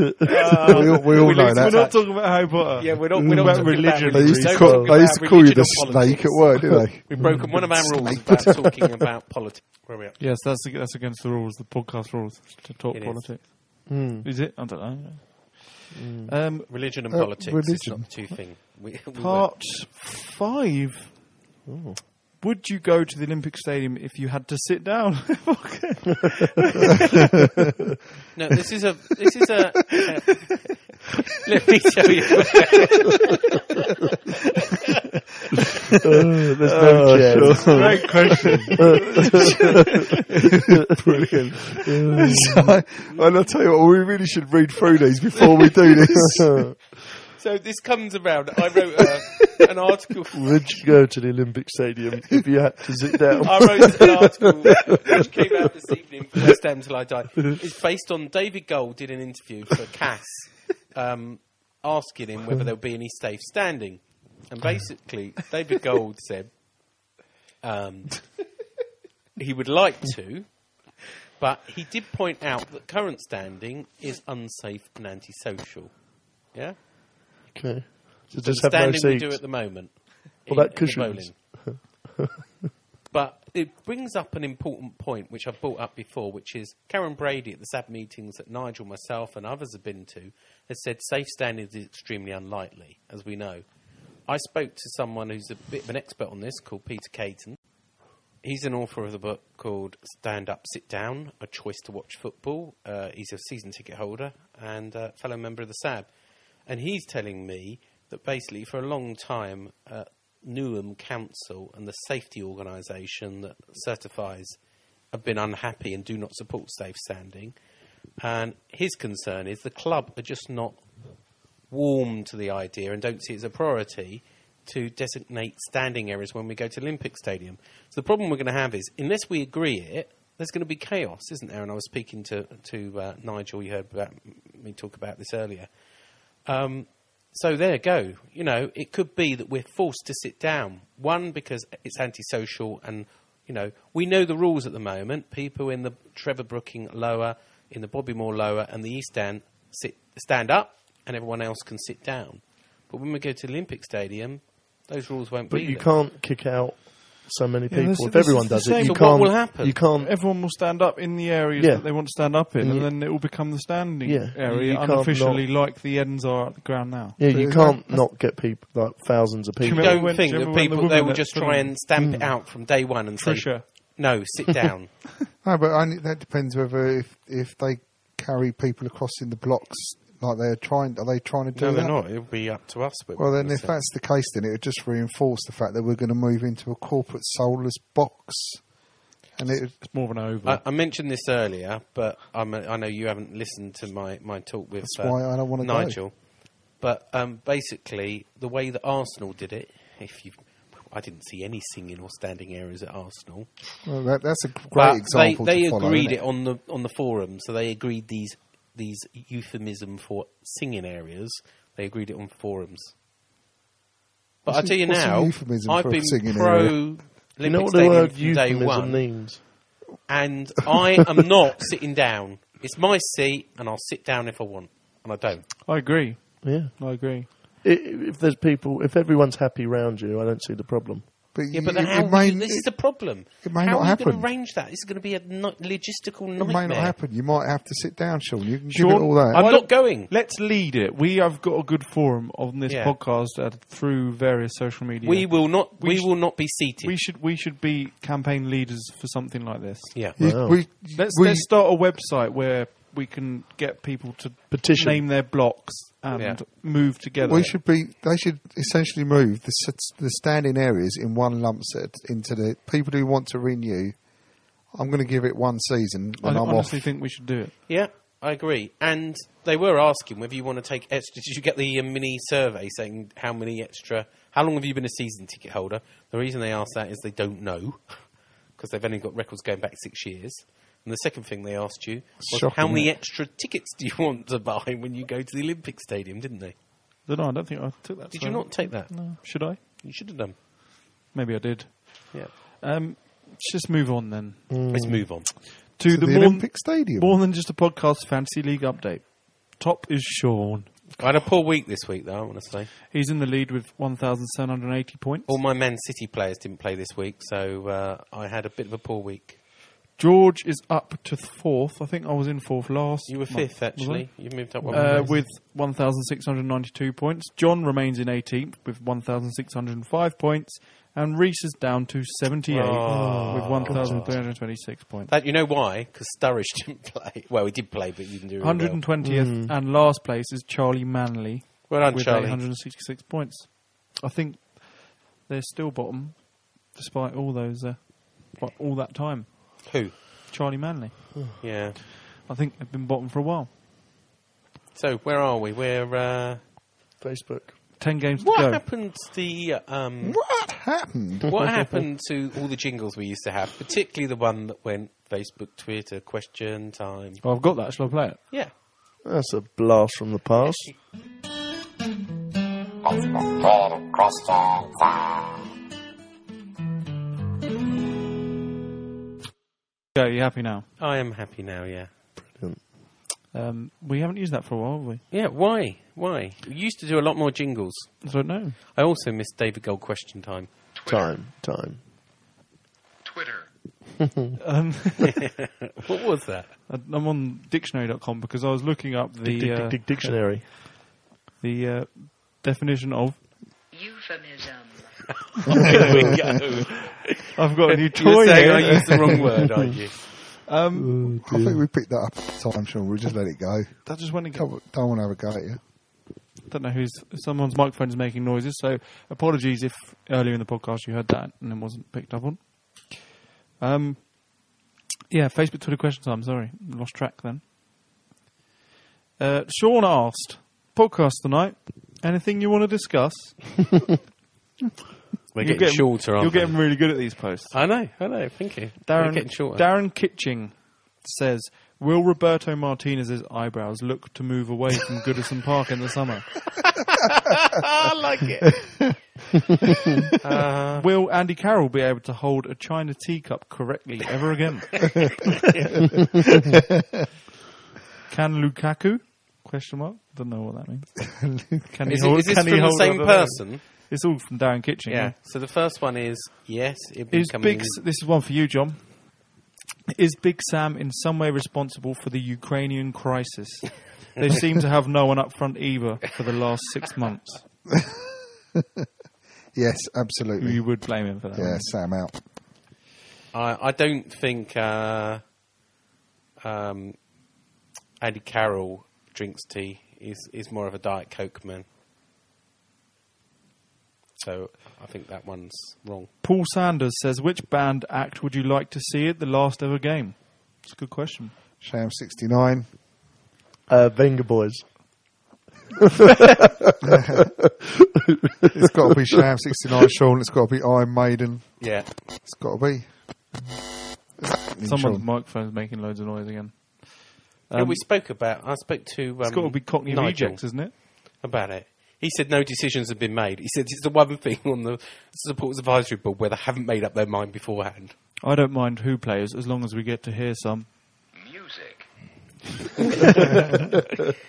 we all, we all know We're that. not talking about Harry Potter. Yeah, we're not- we're not about talking about religion. They religion. used to Don't call, talk they used to about call you the religion or snake at work, politics. didn't they? We've broken one of our rules about talking about politics. Where are we at? Yes, that's ag- that's against the rules, the podcast rules, to talk It is. politics. Is it? I don't know. Um, Religion and Hmm. Uh, politics is religion. not two thing. We, we were- part five. Would you go to the Olympic Stadium if you had to sit down? No, this is a this is a Let me show you. Oh, there's no Oh, chairs. sure. Great question. Brilliant. so, and I'll tell you what, we really should read through these before we do this. so this comes around. I wrote uh, an article. Would you go to the Olympic Stadium if you had to sit down? I wrote an article which came out this evening for West Ham Till I Die. It's based on David Gold did an interview for Cass um, asking him whether there would be any safe standing. And basically, David Gold said um, he would like to, but he did point out that current standing is unsafe and antisocial. Yeah? Okay. So So just the have no standing we seats. do at the moment. Well, that in- in cushions. But it brings up an important point which I've brought up before, which is Karen Brady at the SAB meetings that Nigel, myself, and others have been to has said safe standing is extremely unlikely, as we know. I spoke to someone who's a bit of an expert on this called Peter Caton. He's an author of the book called Stand Up, Sit Down A Choice to Watch Football. Uh, he's a season ticket holder and a fellow member of the SAB. And he's telling me that basically, for a long time, uh, Newham Council and the safety organisation that certifies have been unhappy and do not support safe standing. And his concern is the club are just not warm to the idea and don't see it as a priority to designate standing areas when we go to Olympic Stadium. So the problem we're going to have is unless we agree it, there's going to be chaos, isn't there? And I was speaking to to uh, Nigel. You heard about me talk about this earlier. Um, so there you go. You know, it could be that we're forced to sit down. One because it's antisocial, and you know we know the rules at the moment. People in the Trevor Brooking lower, in the Bobby Moore lower, and the East End sit stand up, and everyone else can sit down. But when we go to the Olympic Stadium, those rules won't But be you there. can't kick out so many Yeah, people. this- if this everyone is the does same. it, you So can't. what will happen? You can't. Everyone will stand up in the areas Yeah. that they want to stand up in, And and, you- then it will become the standing Yeah. You area can't unofficially, like the ends are at the ground now. Yeah, you can't not get people like thousands of you people. remember don't think that Mm. people they will just try and stamp it out from day one and Trisha. say, "No, sit down." No, but I, that depends whether if, if they carry people across in the blocks like they're trying. Are they trying to do no, they're that? not. It'll be up to us. but Well, we're then, gonna if sit. that's the case, then it would just reinforce the fact that we're going to move into a corporate soulless box, and it, it's more of an over. I, I mentioned this earlier, but I'm, I know you haven't listened to my, my talk with uh, That's why I don't wanna go. Nigel. But um, basically, the way that Arsenal did it, if you, I didn't see any singing or standing areas at Arsenal. Well, that- that's a great But example They, they to follow, agreed isn't it it? on the on the forum, so they agreed these these euphemism for singing areas. They agreed it on forums. But I What's tell a- you what's an now, euphemism I've for a been singing pro area? Olympic You know what the Stadium word from day euphemism one means? and I am not sitting down. It's my seat, and I'll sit down if I want, and I don't. I agree. Yeah, I agree. I if there's people, if everyone's happy round you, I don't see the problem. yeah, but then how, this is the problem. it may how are not you going happen. to arrange that? This is going to be a ni- logistical it nightmare. may not happen. You might have to sit down, Sean. You can Sean, give it all that. why not going. Let's lead it. We have got a good forum on this Yeah. podcast uh, through various social media. We will not. We We, sh- will not be seated. We should we should be campaign leaders for something like this. Yeah. You- Wow. we- let's we- let's start a website where we can get people to Petition. name their blocks and Yeah. move together. We should be. They should essentially move the s- the standing areas in one lump set into the people who want to renew. I'm going to give it one season, I and I'm off. honestly think we should do it. Yeah, I agree. And they were asking whether you want to take extra. Did you get the uh, mini survey saying how many extra? How long have you been a season ticket holder? The reason they asked that is they don't know because they've only got records going back six years. And the second thing they asked you was shocking, how many isn't it? extra tickets do you want to buy when you go to the Olympic Stadium? Didn't they? No, I don't think I took that. Did you so- not take that? No. Should I? You should have done. Maybe I did. Yeah. Um, let's just move on then. Let's move on. To, To the the, more, Olympic Stadium. More than just a podcast fantasy league update. Top is Sean. I had a poor week this week, though. I want to say He's in the lead with 1,780 points. all my Man City players didn't play this week, so uh, I had a bit of a poor week. George is up to fourth. I think I was in fourth last. You were fifth, actually. You moved up one uh, place. with 1,692 points. John remains in 18th with 1,605 points. And Reese is down to 78 Oh, with 1,326 points. That you know why? Because Sturridge didn't play. Well, he did play, but you didn't do really well. 120th and last place is Charlie Manley Hmm. Well done, with Charlie. 866 points. I think they're still bottom despite all those uh, like, all that time. Who? Hmm. Charlie Manley. Yeah. I think they've been bottom for a while. So where are we? We're uh, Facebook. Ten games What to go. happened to the um, what happened? What happened to all the jingles we used to have, particularly the one that went Facebook, Twitter, question time? Oh, I've got that. Shall I play it? Yeah. That's a blast from the past. Go. You happy now? I am happy now. Yeah. Um, we haven't used that for a while, have we? Yeah. Why? Why? We used to do a lot more jingles. I don't know. I also missed David Gold question time. Time, time. Um, what was that? Uh, I'm on dictionary.com because I was looking up the Dic- dic- uh, dic- dictionary. the uh, definition of. Here we go. I've got a new You're toy. saying here. I used the wrong word, aren't you? Um, I think we picked that up at the time, Sean. We just let it go. I just want to go. Don't, don't want to have a go at you. don't know who's someone's microphone is making noises. So apologies if earlier in the podcast you heard that and it wasn't picked up on. Um, yeah, Facebook, Twitter question time. Sorry, lost track then. Uh, Sean asked, podcast tonight. Anything you want to discuss? We're You're getting, shorter, aren't You're we? getting really good at these posts. I know. I know. Thank you. We're Darren, getting shorter. Darren Kitching says, "Will Roberto Martinez's eyebrows look to move away from Goodison Park in the summer? I like it. Uh-huh. Will Andy Carroll be able to hold a china teacup correctly ever again? Can Lukaku? Question mark. Don't know what that means. Can Is it- is this can from the hold same on to those? person? It's all from Darren Kitching. Yeah. So the first one is yes, it Is becoming Big, this is one for you, John. Is Big Sam in some way responsible for the Ukrainian crisis? They seem to have no one up front either for the last six months. Yes, absolutely. You would blame him for that. Yeah, Sam out. I, I don't think uh, um, Andy Carroll drinks tea. He's, he's more of a Diet Coke man. So I think that one's wrong. Paul Sanders says, which band act would you like to see at the last ever game? It's a good question. Sham 69. Uh, Venga Boys. It's got to be Sham 69, Sean. It's got to be Iron Maiden. Yeah. It's got to be. Someone's Sean. microphone's making loads of noise again. Um, Yeah, we spoke about. I spoke to. Um, it's got to be Cockney Nigel Rejects, isn't it? About it. He said no decisions have been made. He said it's the one thing on the Supporters Advisory Board where they haven't made up their mind beforehand. I don't mind who plays as long as we get to hear some.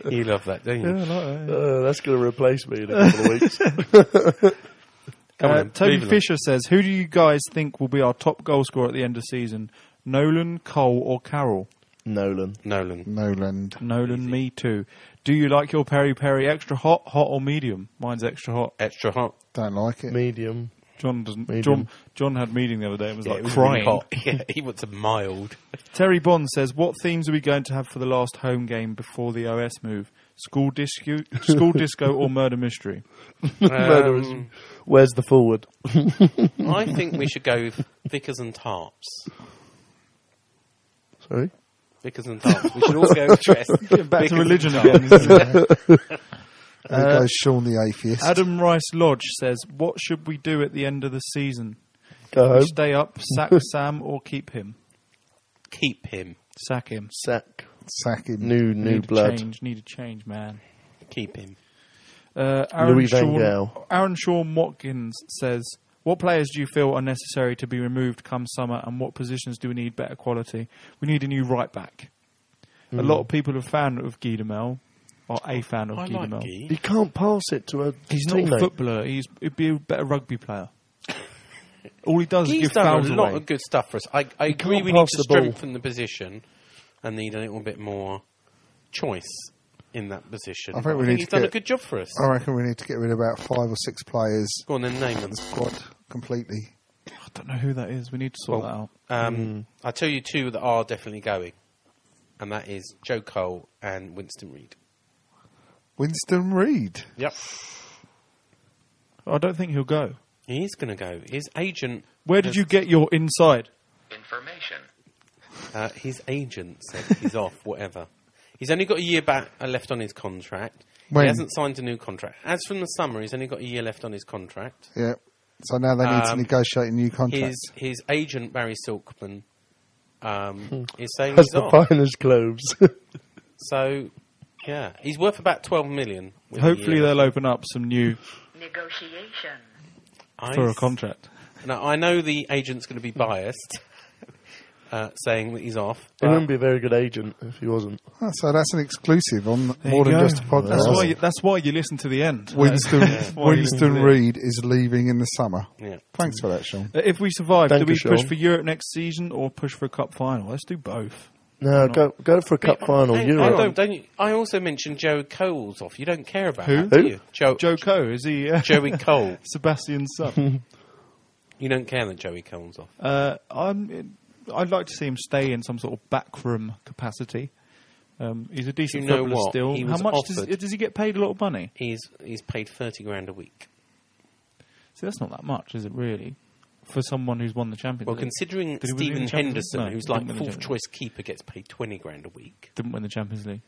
You love that, don't you? Uh, that's going to replace me in a couple of weeks. Come on Uh, then, Toby leave it Fisher says, "Who do you guys think will be our top goal scorer at the end of season? Nolan, Cole, or Carroll? Nolan. Nolan. Noland. Nolan, me too. Do you like your peri peri extra hot, hot or medium? Mine's extra hot. Extra hot. Don't like it. Medium. John doesn't. Medium. John John had meeting the other day and was Yeah, like it was really crying. hot. Yeah, he wants a mild. Terry Bond says, "What themes are we going to have for the last home game before the OS move? School disco, school disco, or murder mystery? Murderers. Um, Where's the forward? I think we should go with Vickers and Tarps. Sorry. Vickers and Tarps. We should all go with Tress. Back Vickers to and- religion." now. There goes Sean the Atheist. Adam Rice Lodge says, "What should we do at the end of the season? Go home. Stay up, sack Sam, or keep him? Keep him. Sack him. Sack. Sack him. New new need A blood. change. Need a change, man. Keep him. Uh, Aaron Louis van Sean, Gaal. Aaron Sean Watkins says, "What players do you feel are necessary to be removed come summer, and what positions do we need better quality? We need a new right back. Hmm. A lot of people are fan of Guillemel, or a fan of I like Guillemel. Guy. You can't pass it to a He's not teammate. a footballer. He's he'd be a better rugby player. All he does He's is give done fouls a lot away. of good stuff for us. I, I agree He can't we need pass to the ball. strengthen the position and need a little bit more choice in that position. I But think we need he's to done get, a good job for us. I reckon we need to get rid of about five or six players. Go on then, name them. Squad completely. I don't know who that is. We need to sort that out. Um, I tell you two that are definitely going, and that is Joe Cole and Winston Reed. Winston Reed. Yep, I don't think he'll go. he is going to go. His agent. Where did you get your inside? information? Uh, his agent said he's off. Whatever. He's only got a year back uh, left on his contract. When? He hasn't signed a new contract. As from the summer, he's only got a year left on his contract. Yeah. So now they need to Um, negotiate a new contract. His, his agent Barry Silkman Hmm. um, is saying Has he's the off. finest globes. So, yeah, he's worth about twelve million. with a Hopefully year. they'll open up some new Negotiation. I for a s- contract. Now I know the agent's going to be biased, uh, saying that he's off. he but- wouldn't be a very good agent if he wasn't. Ah, so that's an exclusive on There more you than go. just a podcast. That's why. You, that's why you listen to the end. Winston That's why you listen to Winston the end. Reed is leaving in the summer. Yeah. Thanks for that, Sean. Uh, If we survive, Thank do we you, push Sean. for Europe next season or push for a cup final? Let's do both. No, go go for a cup final. Hang- Europe. hang on, don't you- I also mentioned Joe Cole's off. You don't care about Who? that, do Who? you? Joe, Joe Cole is he? Uh, Joey Cole. Sebastian's son. You don't care that Joey Cole's off. uh, I'm. I'd like to see him stay in some sort of backroom capacity. Um, he's a decent know footballer what? still. He How was much does, offered- does he get paid? A lot of money. He's he's paid thirty grand a week. See, that's not that much, is it really? For someone who's won the Champions Well, League. considering Did he win the Stephen Champions League? Henderson, No, who's didn't like win the fourth Champions choice keeper, gets paid twenty grand a week. League. Didn't win the Champions League.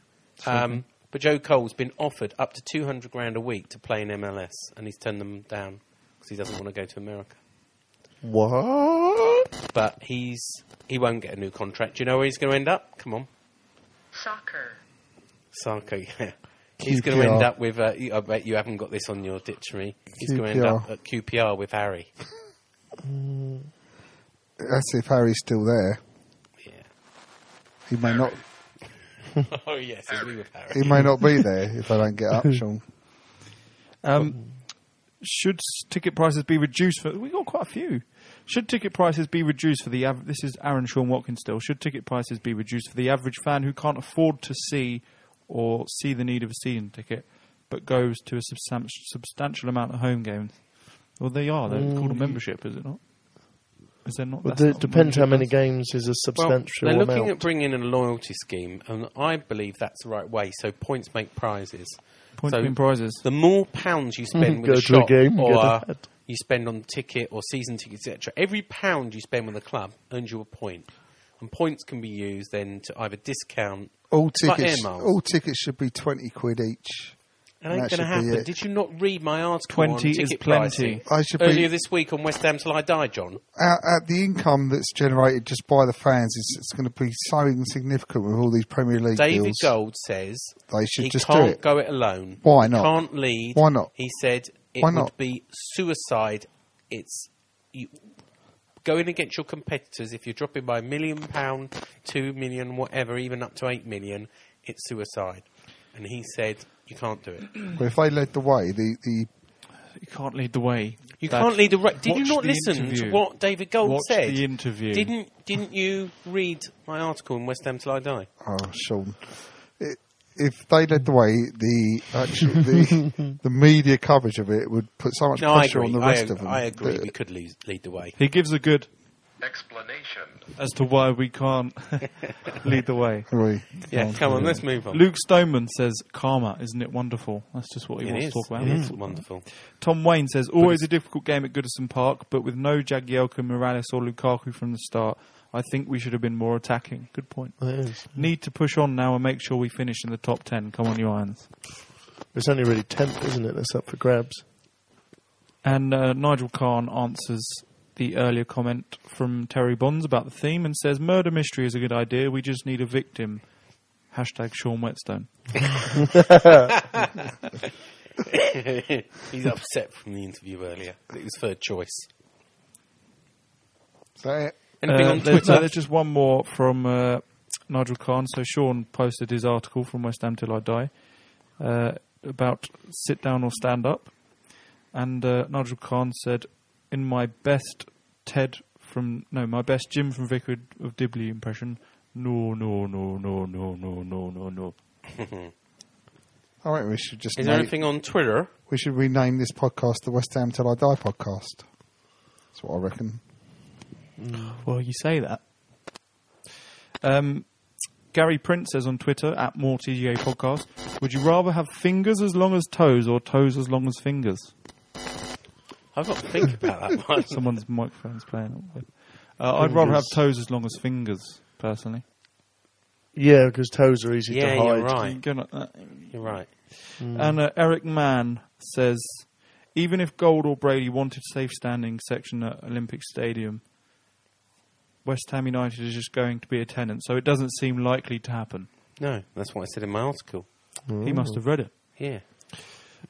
Um, but Joe Cole's been offered up to 200 grand a week to play in MLS, and he's turned them down because he doesn't want to go to America. What? But he's he won't get a new contract. Do you know where he's going to end up? Come on, Soccer. Sarko. Yeah, he's going to QPR. end up with. Uh, you- I bet you haven't got this on your dictionary. He's going to end QPR. up at QPR with Harry. That's if Harry's still there. Yeah. He may not. oh yes, he'll be with Harry. He may not be there if I don't get up, Sean. Um, should s- ticket prices be reduced for? We got quite a few. Should ticket prices be reduced for the? Av- this is Aaron Sean Watkins still. Should ticket prices be reduced for the average fan who can't afford to see or see the need of a season ticket, but goes to a substan- substantial amount of home games? Well, they are. They're Mm. called a membership, is it not? Is there not? Well, that's it not a depends how membership, many is it? games is a substantial Well, they're amount. looking at bringing in a loyalty scheme, and I believe that's the right way. So points make prizes. Points So mean prizes. The more pounds you spend with Go a to a shop, game, or get a uh, you spend on ticket or season ticket, etc. Every pound you spend with a club earns you a point, and points can be used then to either discount All it's like tickets, air miles. all tickets should be twenty quid each. It ain't should going to be happen. it. Did you not read my article 20 on is ticket plenty. pricing I should be- earlier this week on West Ham Till I Die, John? Out at the income that's generated just by the fans is it's going to be so insignificant with all these Premier League David deals. Gold says They should he just do can't it. go it alone. Why He not? can't lead. Why not? He said it Why would not? be suicide. It's you, going against your competitors. If you're dropping by a million pound, two million, whatever, even up to eight million, it's suicide. And he said you can't do it. But if they led the way, the, the You can't lead the way. You Dad. can't lead the right. Did you Watch not the listen to interview. what David Gold Watch said? the interview. Didn't Didn't you read my article in West Ham Till I Die? oh, Sean, I if they led the way, the actual the, the media coverage of it would put so much No, I pressure agree. on the I, rest of them. I agree. that- We could lead, lead the way. He gives a good Explanation. as to why we can't lead the way. Right. Yeah, Can't come on, do it. let's move on. Luke Stoneman says, Karma, isn't it wonderful? That's just what he It wants is. to talk about. It is wonderful. Tom Wayne says, Always a difficult game at Goodison Park, but with no Jagielka, Morales, or Lukaku from the start, I think we should have been more attacking. Good point. It is. Need to push on now and make sure we finish in the top 10. Come on, you irons. It's only really 10th, isn't it? That's up for grabs. And uh, Nigel Kahn answers the earlier comment from Terry Bonds about the theme and says, Murder mystery is a good idea. We just need a victim. Hashtag Sean Whetstone. He's upset from the interview earlier. It was third choice. Anything on Uh, there's, no, Twitter? there's just one more from uh, Nigel Khan. So Sean posted his article from West Ham Till I Die uh, about sit down or stand up. And uh, Nigel Khan said, In my best Ted from no, my best Jim from Vicar of Dibley impression. No, no, no, no, no, no, no, no, no. I reckon we should just. Is there name- anything on Twitter? We should rename this podcast the West Ham Till I Die podcast. That's what I reckon. Well, you say that. Um, Gary Prince says on Twitter at more TGA podcast. Would you rather have fingers as long as toes or toes as long as fingers? I've got to think about that one. Someone's microphone's playing up with. Uh, I'd rather have toes as long as fingers, personally. Yeah, because toes are easy Yeah, to hide. you're right. Go like that. You're right. And uh, Eric Mann says, even if Gold or Brady wanted safe standing section at Olympic Stadium, West Ham United is just going to be a tenant, so it doesn't seem likely to happen. No, that's what I said in my article. He must have read it. Yeah.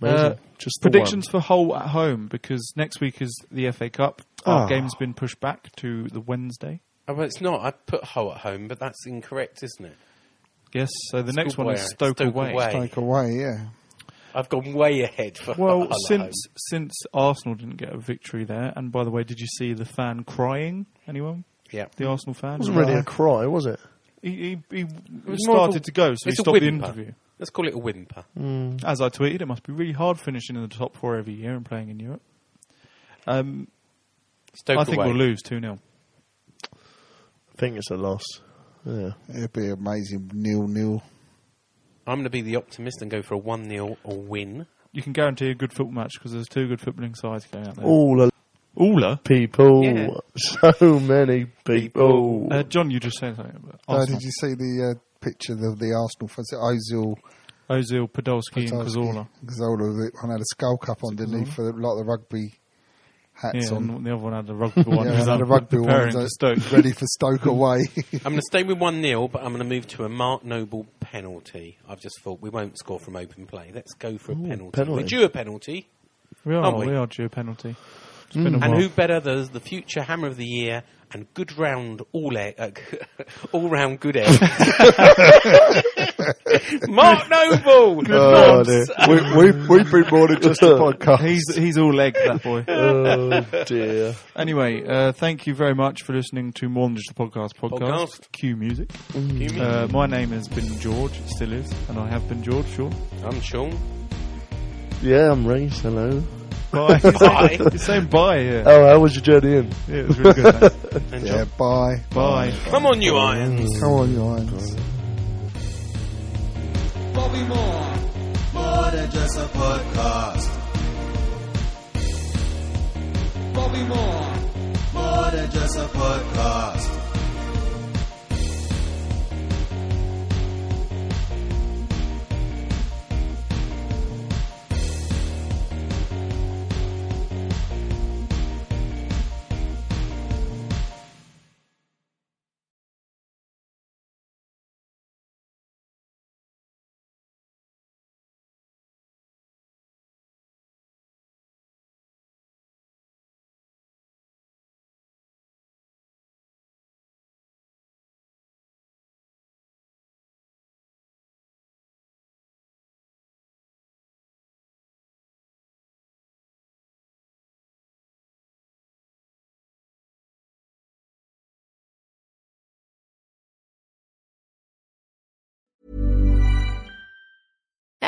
Uh, Just the predictions for Hull at home because next week is the FA Cup. Our Ah. game's been pushed back to the Wednesday. Oh, well, it's not. I put Hull at home, but that's incorrect, isn't it? Yes, so the next one is Stoke Stoke, away. Stoke away, yeah. I've gone way ahead for Well, Hull at home. since since Arsenal didn't get a victory there, and by the way, did you see the fan crying? Anyone? Yeah. The Arsenal fan. It wasn't really a cry, was it? He, he, he It was more of a- started to go, so he it's a stopped the whimper. interview. Let's call it a whimper. Hmm. As I tweeted, it must be really hard finishing in the top four every year and playing in Europe. Um, Stoke I think away. we'll lose 2 0. I think it's a loss. Yeah. It'd be amazing nil nil. I'm going to be the optimist and go for a 1 0 win. You can guarantee a good football match because there's two good footballing sides going out there. All a All people. Yeah. So many people. Uh, John, you just said something about Uh, Arsenal. did you see the uh, picture of the Arsenal fans? Ozil, Ozil, Podolski, and Podolski, Cazorla. Cazorla, the one had a skull cup underneath for the, like the rugby hats Yeah, on. and the other one had the rugby one. yeah, He was had a up rugby preparing one, for Stoke. ready for Stoke away. I'm going to stay with 1 0, but I'm going to move to a Mark Noble penalty. I've just thought we won't score from open play. Let's go for a penalty. penalty. We're due a penalty. We are, Aren't we? we? are due a penalty. It's Hmm. been a and while. who better than the future Hammer of the Year and good round all egg, uh, all round good egg, Mark Noble. Oh, Nobs. dear. we, we, we've been more than just a podcast. He's he's all leg that boy. Oh, dear. Anyway, uh, thank you very much for listening to More Than Just a Podcast podcast. Podcast. Cue music. music. Uh, my name has been George, it still is, and I have been George, sure. I'm Sean. Yeah, I'm Reese. Hello. Bye. Bye. You're saying bye, yeah. Oh, how was your journey in? Yeah, it was really good, thanks. yeah, bye. Bye. Come on, you irons. Come on, you irons. Bobby Moore. More than just a podcast. Bobby Moore. More than just a podcast.